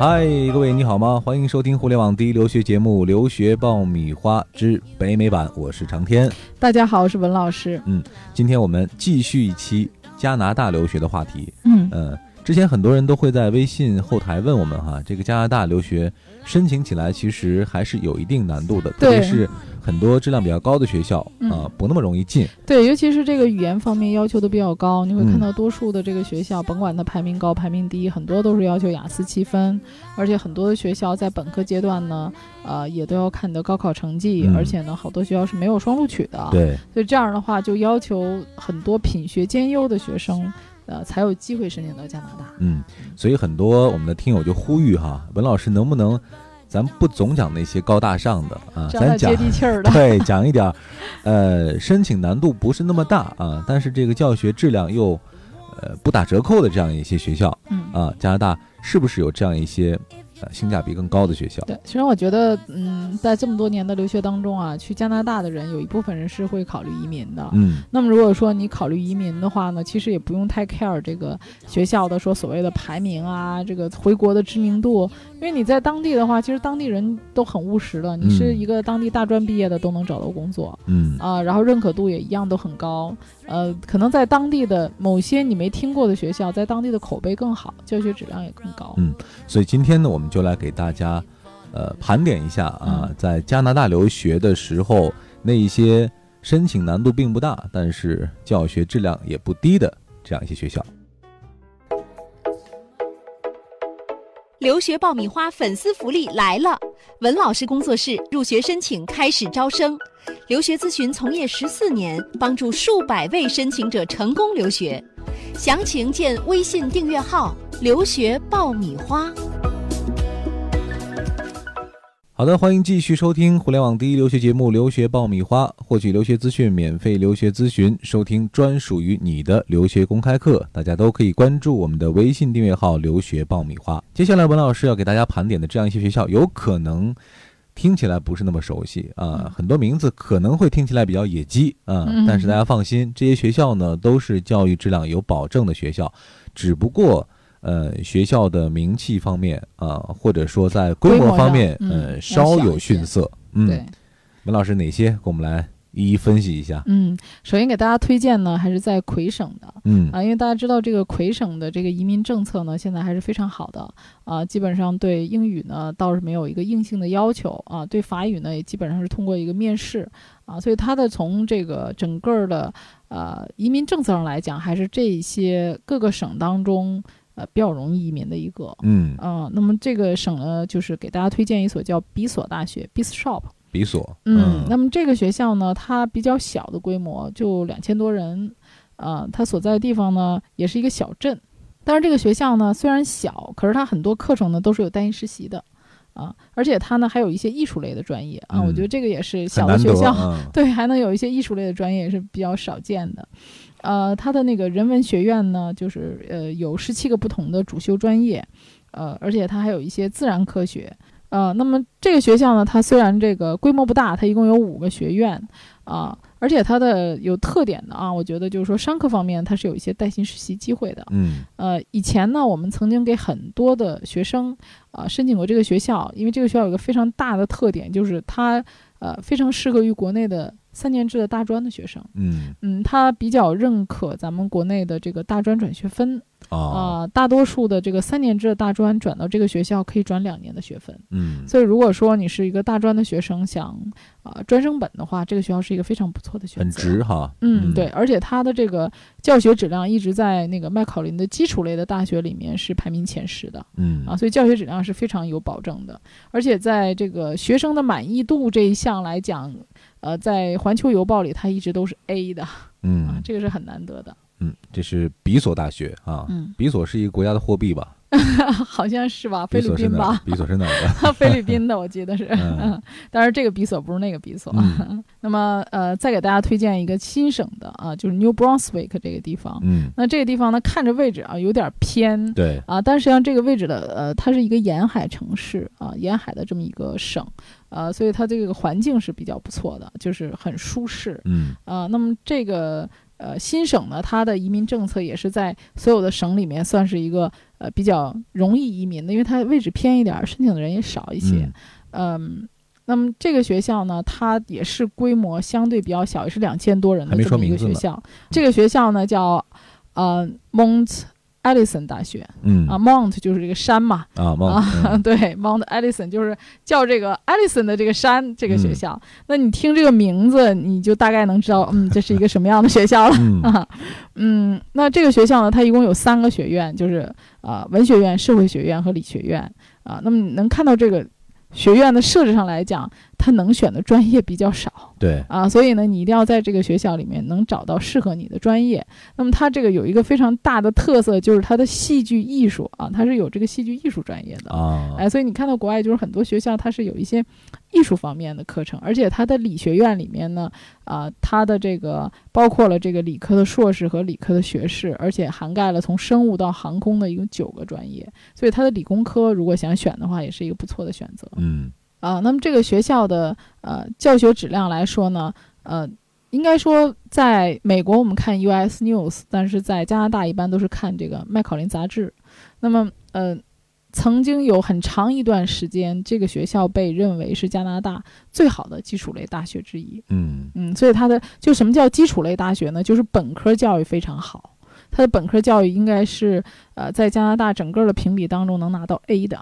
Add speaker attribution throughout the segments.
Speaker 1: 嗨，各位你好吗？欢迎收听互联网第一留学节目《留学爆米花之北美版》，我是长天。
Speaker 2: 大家好，我是文老师。
Speaker 1: 今天我们继续一期加拿大留学的话题。
Speaker 2: 嗯
Speaker 1: 嗯，之前很多人都会在微信后台问我们哈，这个加拿大留学申请起来其实还是有一定难度的，特
Speaker 2: 对
Speaker 1: 别是很多质量比较高的学校啊、
Speaker 2: 嗯
Speaker 1: 不那么容易进。
Speaker 2: 对，尤其是这个语言方面要求都比较高，你会
Speaker 1: 嗯
Speaker 2: 看到多数的这个学校，甭管它排名高排名低，很多都是要求雅思七分，而且很多的学校在本科阶段呢，呃，也都要看你的高考成绩，
Speaker 1: 嗯
Speaker 2: 而且呢，好多学校是没有双录取的，
Speaker 1: 对，
Speaker 2: 所以这样的话就要求很多品学兼优的学生，呃，才有机会申请到加拿大。
Speaker 1: 嗯，所以很多我们的听友就呼吁哈，文老师能不能，咱不总讲那些高大上的啊，
Speaker 2: 这
Speaker 1: 咱
Speaker 2: 样太
Speaker 1: 讲
Speaker 2: 接地 气儿了。
Speaker 1: 对讲一点儿，呃，申请难度不是那么大啊，但是这个教学质量又，呃，不打折扣的这样一些学校
Speaker 2: 嗯，
Speaker 1: 啊，加拿大是不是有这样一些，呃，性价比更高的学校？
Speaker 2: 对，其实我觉得，嗯，在这么多年的留学当中啊，去加拿大的人有一部分人是会考虑移民的。
Speaker 1: 嗯
Speaker 2: 那么如果说你考虑移民的话呢，其实也不用太 care 这个学校的说所谓的排名啊，这个回国的知名度，因为你在当地的话，其实当地人都很务实的，你是
Speaker 1: 嗯
Speaker 2: 一个当地大专毕业的都能找到工作
Speaker 1: 嗯
Speaker 2: 啊、然后认可度也一样都很高。呃，可能在当地的某些你没听过的学校，在当地的口碑更好，教学质量也更高。
Speaker 1: 嗯所以今天呢，我们就来给大家，呃，盘点一下啊
Speaker 2: 嗯，
Speaker 1: 在加拿大留学的时候，那一些申请难度并不大，但是教学质量也不低的这样一些学校。
Speaker 3: 留学爆米花粉丝福利来了！文老师工作室入学申请开始招生，留学咨询从业十四年，帮助数百位申请者成功留学。详情见微信订阅号“留学爆米花
Speaker 1: 好的，欢迎继续收听互联网第一留学节目《留学爆米花》，获取留学资讯、免费留学咨询，收听专属于你的留学公开课。大家都可以关注我们的微信订阅号“留学爆米花”。接下来，文老师要给大家盘点的这样一些学校，有可能听起来不是那么熟悉啊、
Speaker 2: 嗯
Speaker 1: 很多名字可能会听起来比较野鸡啊、
Speaker 2: 嗯
Speaker 1: 但是大家放心，这些学校呢都是教育质量有保证的学校，只不过。呃，学校的名气方面啊、或者说在规
Speaker 2: 规模
Speaker 1: 模方
Speaker 2: 上
Speaker 1: 面，
Speaker 2: 嗯
Speaker 1: 呃，
Speaker 2: 要
Speaker 1: 稍
Speaker 2: 小
Speaker 1: 有
Speaker 2: 一些
Speaker 1: 逊色。嗯，
Speaker 2: 对。
Speaker 1: 文老师哪些？给我们来一一分析一下。
Speaker 2: 嗯，首先给大家推荐呢，还是在魁省的
Speaker 1: 嗯
Speaker 2: 啊，因为大家知道这个魁省的这个移民政策呢，现在还是非常好的啊，基本上对英语呢倒是没有一个硬性的要求啊，对法语呢也基本上是通过一个面试啊，所以它的从这个整个的呃移民政策上来讲，还是这些各个省当中呃比较容易移民的一个。
Speaker 1: 嗯，
Speaker 2: 嗯，那么这个省呢，就是给大家推荐一所叫比索大学 （Bishop）。
Speaker 1: 比索。
Speaker 2: 嗯，那么这个学校呢，它比较小的规模，就两千多人，呃，它所在的地方呢，也是一个小镇。但是这个学校呢，虽然小，可是它很多课程呢都是有带薪实习的，啊，而且它呢还有一些艺术类的专业啊，
Speaker 1: 嗯
Speaker 2: 我觉得这个也是
Speaker 1: 很
Speaker 2: 小的
Speaker 1: 难得
Speaker 2: 学校，
Speaker 1: 嗯
Speaker 2: 对，还能有一些艺术类的专业也是比较少见的。呃，它的那个人文学院呢，就是呃有十七个不同的主修专业，呃，而且它还有一些自然科学。呃，那么这个学校呢，它虽然这个规模不大，它一共有五个学院啊、而且它的有特点的啊，我觉得就是说商科方面它是有一些带薪实习机会的。
Speaker 1: 嗯
Speaker 2: 呃，以前呢，我们曾经给很多的学生啊、呃申请过这个学校，因为这个学校有一个非常大的特点，就是它呃非常适合于国内的三年制的大专的学生。
Speaker 1: 嗯
Speaker 2: 嗯，它比较认可咱们国内的这个大专转学分
Speaker 1: 啊
Speaker 2: 啊、大多数的这个三年制的大专转到这个学校可以转两年的学分。
Speaker 1: 嗯
Speaker 2: 所以，如果说你是一个大专的学生想啊、呃专升本的话，这个学校是一个非常不错的选
Speaker 1: 很
Speaker 2: 择。
Speaker 1: 值哈。
Speaker 2: 嗯，对，。而且它的这个教学质量一直在那个麦考林的基础类的大学里面是排名前十的
Speaker 1: 嗯
Speaker 2: 啊，所以教学质量是非常有保证的。而且在这个学生的满意度这一项来讲，呃，在环球邮报里它一直都是 A 的啊，
Speaker 1: 嗯
Speaker 2: 这个是很难得的。
Speaker 1: 嗯，这是比索大学啊。
Speaker 2: 嗯，
Speaker 1: 比索是一个国家的货币吧？
Speaker 2: 好像是吧，菲律
Speaker 1: 索是
Speaker 2: 宾
Speaker 1: 哪
Speaker 2: 吧
Speaker 1: 儿？，比索是哪 儿的？
Speaker 2: 菲律宾的我记得是
Speaker 1: 嗯，
Speaker 2: 当然这个比索不是那个比索。啊
Speaker 1: 嗯
Speaker 2: 那么呃，再给大家推荐一个新省的啊，就是 New Brunswick 这个地方。
Speaker 1: 嗯，
Speaker 2: 那这个地方呢，看着位置啊有点偏，
Speaker 1: 对，
Speaker 2: 啊，但实际上这个位置的呃，它是一个沿海城市啊，沿海的这么一个省，呃，所以它这个环境是比较不错的，就是很舒适
Speaker 1: 嗯
Speaker 2: 啊。那么这个呃，新省呢，它的移民政策也是在所有的省里面算是一个呃比较容易移民的，因为它位置偏一点儿，申请的人也少一些。嗯那么这个学校呢，它也是规模相对比较小，也是两千多人
Speaker 1: 还
Speaker 2: 的
Speaker 1: 没
Speaker 2: 这
Speaker 1: 说
Speaker 2: 么一个
Speaker 1: 名字
Speaker 2: 学
Speaker 1: 呢
Speaker 2: 校。这个学校呢叫呃 Mount Allison 大学
Speaker 1: 嗯
Speaker 2: 啊，Mount 就是这个山嘛，
Speaker 1: 啊帽子
Speaker 2: 啊，对，Mount Allison 就是叫这个 Allison 的这个山，这个学
Speaker 1: 嗯
Speaker 2: 校。那你听这个名字，你就大概能知道，嗯，这是一个什么样的学校了。
Speaker 1: 嗯嗯
Speaker 2: 啊，嗯，那这个学校呢，它一共有三个学院，就是呃文学院、社会学院和理学院啊、那么你能看到这个学院的设置上来讲，它能选的专业比较少
Speaker 1: 对
Speaker 2: 啊，所以呢，你一定要在这个学校里面能找到适合你的专业。那么它这个有一个非常大的特色，就是它的戏剧艺术啊，它是有这个戏剧艺术专业的。
Speaker 1: 啊
Speaker 2: 哎，所以你看到国外就是很多学校它是有一些艺术方面的课程，而且它的理学院里面呢，啊、它的这个包括了这个理科的硕士和理科的学士，而且涵盖了从生物到航空的一共九个专业，所以它的理工科如果想选的话，也是一个不错的选择
Speaker 1: 嗯
Speaker 2: 啊、那么这个学校的呃教学质量来说呢，呃。应该说，在美国我们看 U.S. News，但是在加拿大一般都是看这个麦考林杂志。那么，呃，曾经有很长一段时间，这个学校被认为是加拿大最好的基础类大学之一。
Speaker 1: 嗯
Speaker 2: 嗯，所以它的就什么叫基础类大学呢？就是本科教育非常好，它的本科教育应该是呃在加拿大整个的评比当中能拿到 A 的。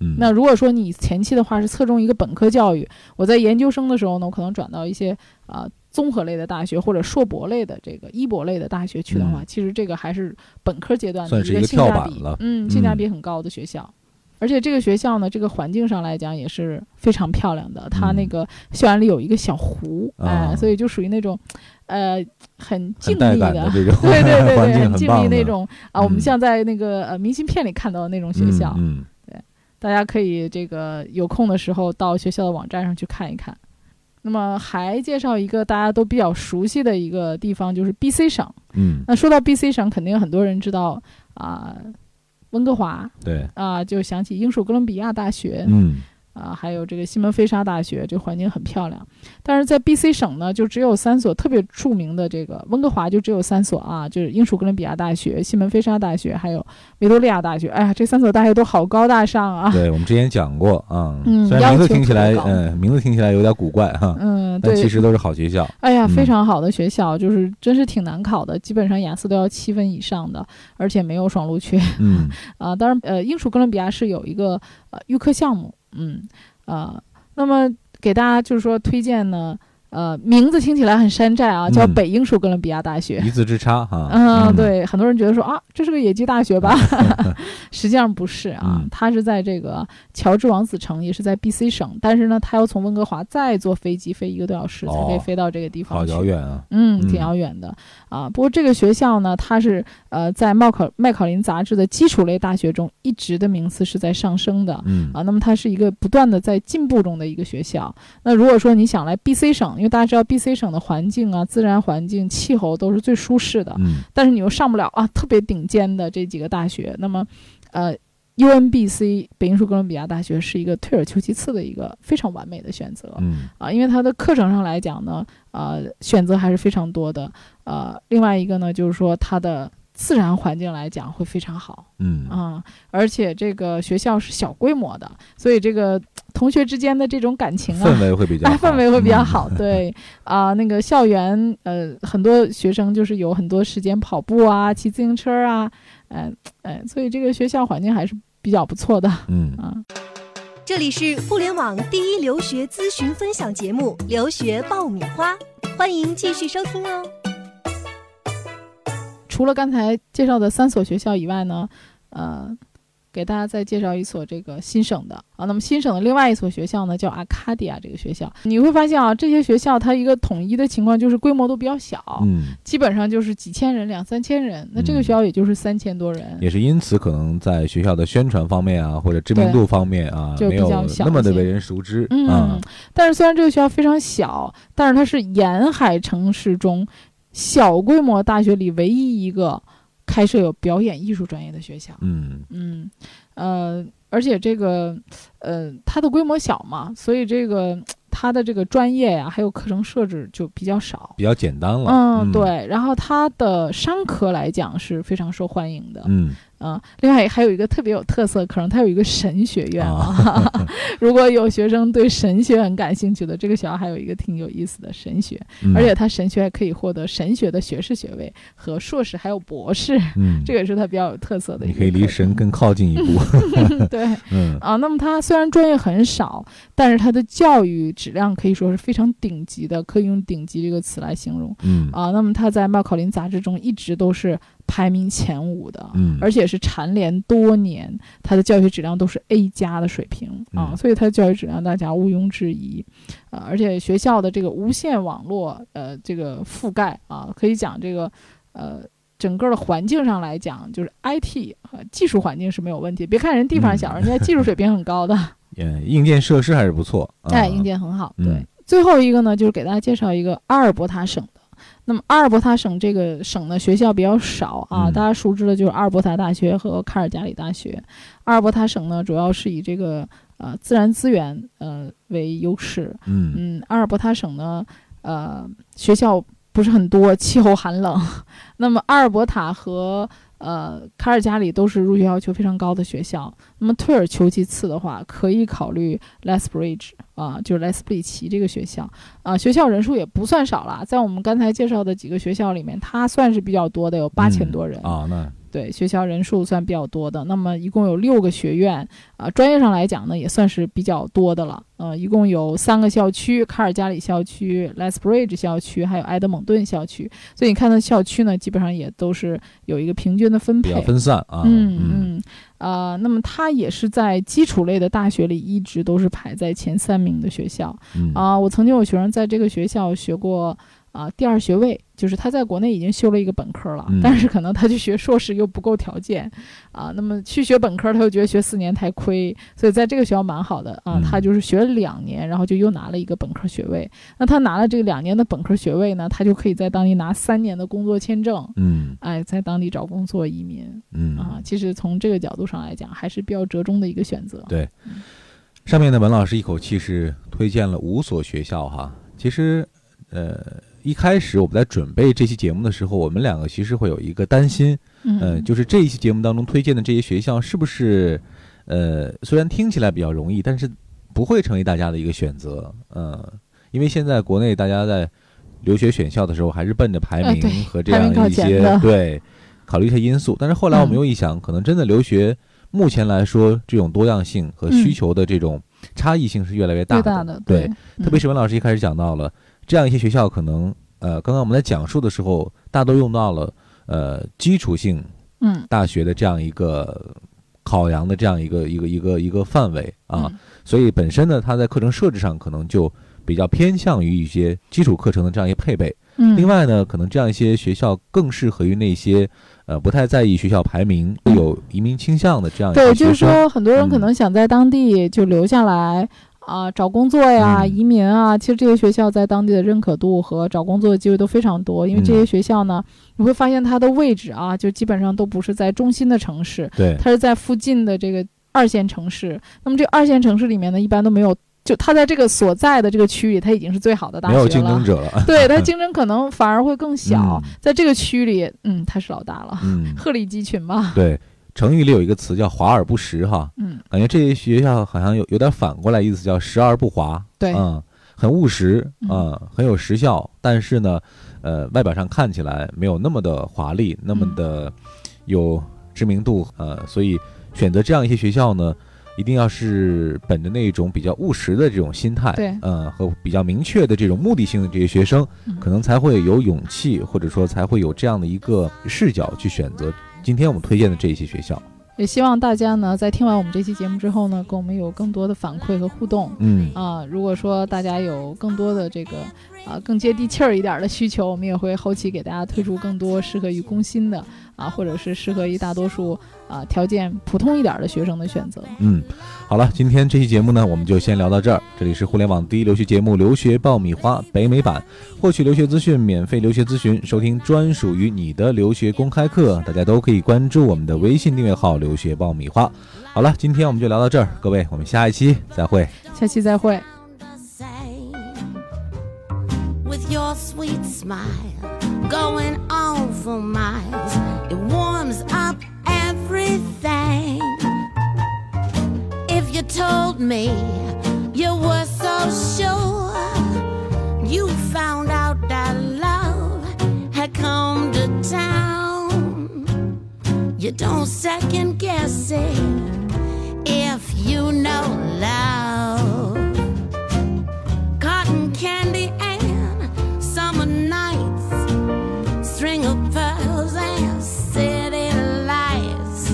Speaker 1: 嗯
Speaker 2: 那如果说你前期的话是侧重一个本科教育，我在研究生的时候呢，我可能转到一些啊、呃综合类的大学或者硕博类的这个医博类的大学去的话，
Speaker 1: 嗯
Speaker 2: 其实这个还是本科阶段的
Speaker 1: 算是一个
Speaker 2: 性价
Speaker 1: 跳板
Speaker 2: 比
Speaker 1: 了
Speaker 2: 嗯，性价
Speaker 1: 嗯
Speaker 2: 比很高的学校。而且这个学校呢，这个环境上来讲也是非常漂亮的。它那
Speaker 1: 嗯
Speaker 2: 个校园里有一个小湖，
Speaker 1: 啊
Speaker 2: 哎，所以就属于那种，呃，很静
Speaker 1: 很带
Speaker 2: 谧
Speaker 1: 感
Speaker 2: 的
Speaker 1: 的，这种
Speaker 2: 对对对
Speaker 1: 环
Speaker 2: 对，
Speaker 1: 境
Speaker 2: 很
Speaker 1: 很
Speaker 2: 静
Speaker 1: 棒
Speaker 2: 谧
Speaker 1: 的
Speaker 2: 那种啊，我们
Speaker 1: 嗯
Speaker 2: 像在那个呃明信片里看到的那种学校，
Speaker 1: 嗯
Speaker 2: 大家可以这个有空的时候到学校的网站上去看一看。那么还介绍一个大家都比较熟悉的一个地方，就是 B.C 省。
Speaker 1: 嗯嗯
Speaker 2: 那说到 B.C 省，肯定很多人知道啊、温哥华
Speaker 1: 对
Speaker 2: 啊、就想起英属哥伦比亚大学
Speaker 1: 嗯
Speaker 2: 啊、还有这个西门菲沙大学，这环境很漂亮。但是在 B.C 省呢，就只有三所特别著名的这个温哥华就只有三所啊，就是英属哥伦比亚大学、西门菲沙大学，还有维多利亚大学。哎呀，这三所大学都好高大上啊！
Speaker 1: 对，我们之前讲过啊，
Speaker 2: 嗯
Speaker 1: 虽然名字
Speaker 2: 要求
Speaker 1: 听起
Speaker 2: 特别
Speaker 1: 来
Speaker 2: 高
Speaker 1: 嗯名字听起来有点古怪哈，
Speaker 2: 嗯，
Speaker 1: 但
Speaker 2: 对，
Speaker 1: 其实都是好学校。
Speaker 2: 哎呀，非
Speaker 1: 嗯
Speaker 2: 常好的学校，就是真是挺难考的，基本上雅思都要七分以上的，而且没有双录取
Speaker 1: 嗯
Speaker 2: 啊。当然，呃，英属哥伦比亚是有一个呃预科项目，嗯，呃，那么给大家就是说推荐呢，呃，名字听起来很山寨啊，叫
Speaker 1: 嗯
Speaker 2: 北英属哥伦比亚大学。
Speaker 1: 一字之差哈。
Speaker 2: 嗯，，对，很多人觉得说啊，这是个野鸡大 学吧？实际上不是啊，
Speaker 1: 嗯
Speaker 2: 它是在这个乔治王子城，也是在 B.C 省，但是呢，它要从温哥华再坐飞机飞一个多小时，才可以
Speaker 1: 哦
Speaker 2: 飞到这个地
Speaker 1: 好
Speaker 2: 方去。
Speaker 1: 遥远啊。
Speaker 2: 嗯，
Speaker 1: 嗯
Speaker 2: 挺遥远的、啊。不过这个学校呢，它是呃在麦考麦考林杂志的基础类大学中一直的名次是在上升的
Speaker 1: 嗯
Speaker 2: 啊。那么它是一个不断的在进步中的一个学校。那如果说你想来 B.C 省，因为大家知道 B.C 省的环境啊、自然环境、气候都是最舒适的，
Speaker 1: 嗯
Speaker 2: 但是你又上不了啊特别顶尖的这几个大学，那么呃。UNBC 北英属哥伦比亚大学是一个退而求其次的一个非常完美的选择。
Speaker 1: 嗯
Speaker 2: 啊，因为它的课程上来讲呢，呃，选择还是非常多的。呃，另外一个呢，就是说它的自然环境来讲会非常好
Speaker 1: 嗯
Speaker 2: 啊、而且这个学校是小规模的，所以这个同学之间的这种感情啊
Speaker 1: 氛。围会比较
Speaker 2: 哎，
Speaker 1: 好 嗯
Speaker 2: 氛围会比较。好，对啊、那个校园，呃，很多学生就是有很多时间跑步啊、骑自行车啊，嗯、呃、嗯、所以这个学校环境还是比较不错的啊。
Speaker 1: 嗯，嗯
Speaker 4: 这里是互联网第一留学咨询分享节目《留学爆米花》，欢迎继续收听哦。
Speaker 2: 除了刚才介绍的三所学校以外呢，呃，给大家再介绍一所这个新省的啊。那么新省的另外一所学校呢，叫阿卡迪亚这个学校。你会发现啊，这些学校它一个统一的情况就是规模都比较小，
Speaker 1: 嗯，
Speaker 2: 基本上就是几千人、两三千人。那这个学校也就是三千多人。
Speaker 1: 也是因此可能在学校的宣传方面啊，或者知名度方面啊，
Speaker 2: 就
Speaker 1: 没
Speaker 2: 比
Speaker 1: 有
Speaker 2: 较小
Speaker 1: 那么的
Speaker 2: 一些
Speaker 1: 为人熟知
Speaker 2: 嗯，
Speaker 1: 啊。
Speaker 2: 但是虽然这个学校非常小，但是它是沿海城市中小规模大学里唯一一个开设有表演艺术专业的学校。
Speaker 1: 嗯
Speaker 2: 嗯，呃，而且这个，呃，它的规模小嘛，所以这个它它的这个专业呀、还有课程设置就比较少。
Speaker 1: 比较简单了。
Speaker 2: 嗯，，对。然后它的商科来讲是非常受欢迎的。
Speaker 1: 嗯，
Speaker 2: 啊，另外还有一个特别有特色的课程，它有一个神学院
Speaker 1: 啊
Speaker 2: 啊。 如果有学生对神学很感兴趣的，这个学校还有一个挺有意思的神学，
Speaker 1: 嗯
Speaker 2: 而且它神学还可以获得神学的学士学位和硕士还有博士，
Speaker 1: 嗯，
Speaker 2: 这个也是它比较有特色的一
Speaker 1: 你
Speaker 2: 个
Speaker 1: 可以离
Speaker 2: 课程
Speaker 1: 神更靠近一步。
Speaker 2: 对
Speaker 1: 嗯
Speaker 2: 啊。那么它虽然专业很少，但是它的教育质量可以说是非常顶级的，可以用“顶级”这个词来形容
Speaker 1: 嗯
Speaker 2: 啊。那么它在麦考林杂志中一直都是排名前五的，
Speaker 1: 嗯，
Speaker 2: 而且是蝉联多年，它的教学质量都是 A 加的水平啊、
Speaker 1: 嗯
Speaker 2: 所以它的教学质量大家毋庸置疑啊、而且学校的这个无线网络呃这个覆盖啊，可以讲这个呃整个的环境上来讲，就是 IT 和、技术环境是没有问题。别看人地方小，
Speaker 1: 嗯
Speaker 2: 人家技术水平很高的，
Speaker 1: 呃硬件设施还是不错。啊
Speaker 2: 哎，硬。件很好。对，
Speaker 1: 嗯
Speaker 2: 最后一个呢，就是给大家介绍一个阿尔伯塔省的。那么阿尔伯塔省这个省呢，学校比较少啊，
Speaker 1: 嗯
Speaker 2: 大家熟知的就是阿尔伯塔大学和卡尔加里大学。阿尔伯塔省呢，主要是以这个呃自然资源呃为优势。
Speaker 1: 嗯
Speaker 2: 嗯，阿尔伯塔省呢，呃学校不是很多，气候寒冷。那么阿尔伯塔和呃卡尔加里都是入学要求非常高的学校。那么退而求其次的话，可以考虑 Lethbridge 啊、就是莱斯布里奇这个学校啊、学校人数也不算少了，在我们刚才介绍的几个学校里面，它算是比较多的，有八千多人。
Speaker 1: 啊，那
Speaker 2: 对，学校人数算比较多的。那么一共有六个学院啊、专业上来讲呢，也算是比较多的了。呃，一共有三个校区：卡尔加里校区、Lethbridge 校区，还有埃德蒙顿校区。所以你看到校区呢，基本上也都是有一个平均的分
Speaker 1: 比
Speaker 2: 配
Speaker 1: 较。分散啊。嗯
Speaker 2: 嗯嗯，啊，那么它也是在基础类的大学里一直都是排在前三名的学校
Speaker 1: 嗯
Speaker 2: 啊、我曾经有学生在这个学校学过啊、第二学位，就是他在国内已经修了一个本科了，
Speaker 1: 嗯
Speaker 2: 但是可能他去学硕士又不够条件啊、那么去学本科，他又觉得学四年太亏，所以在这个学校蛮好的啊、
Speaker 1: 嗯
Speaker 2: 他就是学了两年，然后就又拿了一个本科学位。那他拿了这个两年的本科学位呢，他就可以在当地拿三年的工作签证。
Speaker 1: 嗯
Speaker 2: 哎，在当地找工作移民，
Speaker 1: 嗯
Speaker 2: 啊，其实从这个角度上来讲，还是比较折中的一个选择。
Speaker 1: 对上面呢，文老师一口气是推荐了五所学校哈。其实，呃，一开始我们在准备这期节目的时候，我们两个其实会有一个担心，
Speaker 2: 嗯，
Speaker 1: 呃，就是这一期节目当中推荐的这些学校是不是，呃，虽然听起来比较容易，但是不会成为大家的一个选择，呃，因为现在国内大家在留学选校的时候，还是奔着排
Speaker 2: 呃对
Speaker 1: 名和这
Speaker 2: 排名靠
Speaker 1: 样一
Speaker 2: 前
Speaker 1: 些、
Speaker 2: 的
Speaker 1: 对考虑一些因素，但是后来我们
Speaker 2: 嗯
Speaker 1: 又一想，可能真的留学目前来说，这种多样性和需
Speaker 2: 嗯
Speaker 1: 求的这种差异性是越来越大
Speaker 2: 最
Speaker 1: 的，
Speaker 2: 大的嗯
Speaker 1: 对，特别
Speaker 2: 是
Speaker 1: 是文老师一开始讲到了这样一些学校，可能呃，刚刚我们在讲述的时候，大都用到了呃基础性
Speaker 2: 嗯
Speaker 1: 大学的这样一个考量的这样一个一个一个一个范围啊，
Speaker 2: 嗯
Speaker 1: 所以本身呢，它在课程设置上可能就比较偏向于一些基础课程的这样一个配备。
Speaker 2: 嗯，
Speaker 1: 另外呢，可能这样一些学校更适合于那些呃不太在意学校排名、
Speaker 2: 嗯
Speaker 1: 有移民倾向的这样一
Speaker 2: 对，
Speaker 1: 个
Speaker 2: 就
Speaker 1: 啊学
Speaker 2: 是
Speaker 1: 生。
Speaker 2: 说很多人可
Speaker 1: 嗯
Speaker 2: 能想在当地就留下来。啊，找工作呀，
Speaker 1: 嗯
Speaker 2: 移民啊，其实这些学校在当地的认可度和找工作的机会都非常多，因为
Speaker 1: 嗯
Speaker 2: 这些学校呢，你会发现它的位置啊，就基本上都不是在中心的城市，
Speaker 1: 对，
Speaker 2: 它是在附近的这个二线城市。那么这二线城市里面呢，一般都没有，就它在这个所在的这个区域，它已经是最好的大
Speaker 1: 没
Speaker 2: 学了，
Speaker 1: 有竞争者了。
Speaker 2: 对它竞争可能反而会更小，
Speaker 1: 嗯
Speaker 2: 在这个区里，嗯，它是老大了，
Speaker 1: 嗯，
Speaker 2: 鹤立鸡群嘛，
Speaker 1: 对，成语里有一个词叫“华而不实”哈，
Speaker 2: 嗯，
Speaker 1: 感觉这些学校好像有有点反过来意思，叫“实而不华”。
Speaker 2: 对，
Speaker 1: 嗯，很务实，
Speaker 2: 嗯
Speaker 1: 嗯，很有实效，但是呢，呃，外表上看起来没有那么的华丽，那么的
Speaker 2: 嗯
Speaker 1: 有知名度，呃，所以选择这样一些学校呢，一定要是本着那种比较务实的这种心态，
Speaker 2: 对
Speaker 1: 呃，和比较明确的这种目的性的这些学生，
Speaker 2: 嗯
Speaker 1: 可能才会有勇气，或者说才会有这样的一个视角去选择今天我们推荐的这一些学校，
Speaker 2: 也希望大家呢，在听完我们这期节目之后呢，跟我们有更多的反馈和互动。
Speaker 1: 嗯。
Speaker 2: 啊、如果说大家有更多的这个啊、更接地气儿一点儿的需求，我们也会后期给大家推出更多适合于工薪的啊，或者是适合于大多数啊、条件普通一点儿的学生的选择。
Speaker 1: 嗯，好了，今天这期节目呢，我们就先聊到这儿。这里是互联网第一留学节目《留学爆米花》北美版，获取留学资讯、免费留学咨询、收听专属于你的留学公开课，大家都可以关注我们的微信订阅号“留学爆米花”。好了，今天我们就聊到这儿，各位，我们下一期再会。
Speaker 2: 下期再会。
Speaker 5: the same. sweet smile going on for miles. It warms up everything. If you told me you were so sure, you found out that love had come to town. You don't second guess it if you know love cotton candy and summer nights, string of pearls and city lights.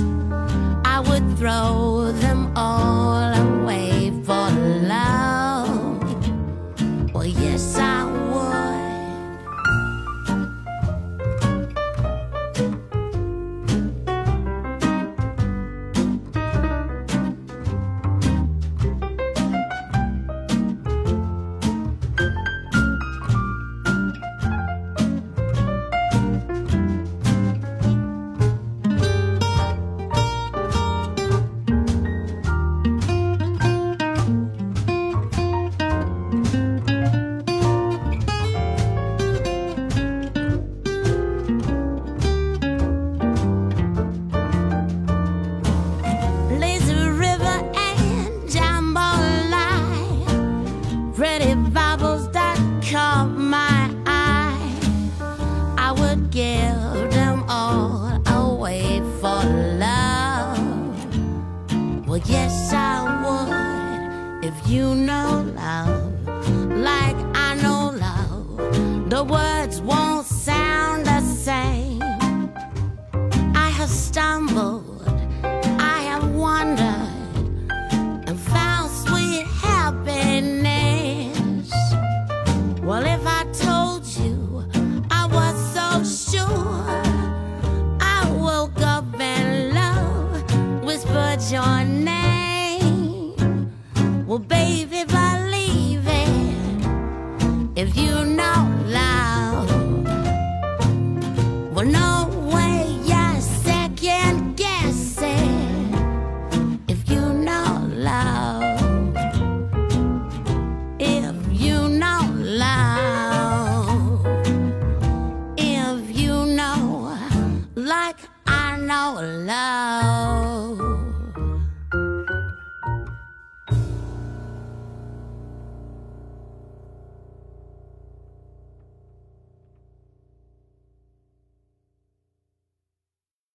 Speaker 5: I would throw them all away for love. Well, yes, I would. Lazy River and Jambalaya. Pretty bubbles that caught my eye. I would give them all away for love. Well, yes, I would if you know love like I know love. The words won't sound the same. I have stumbled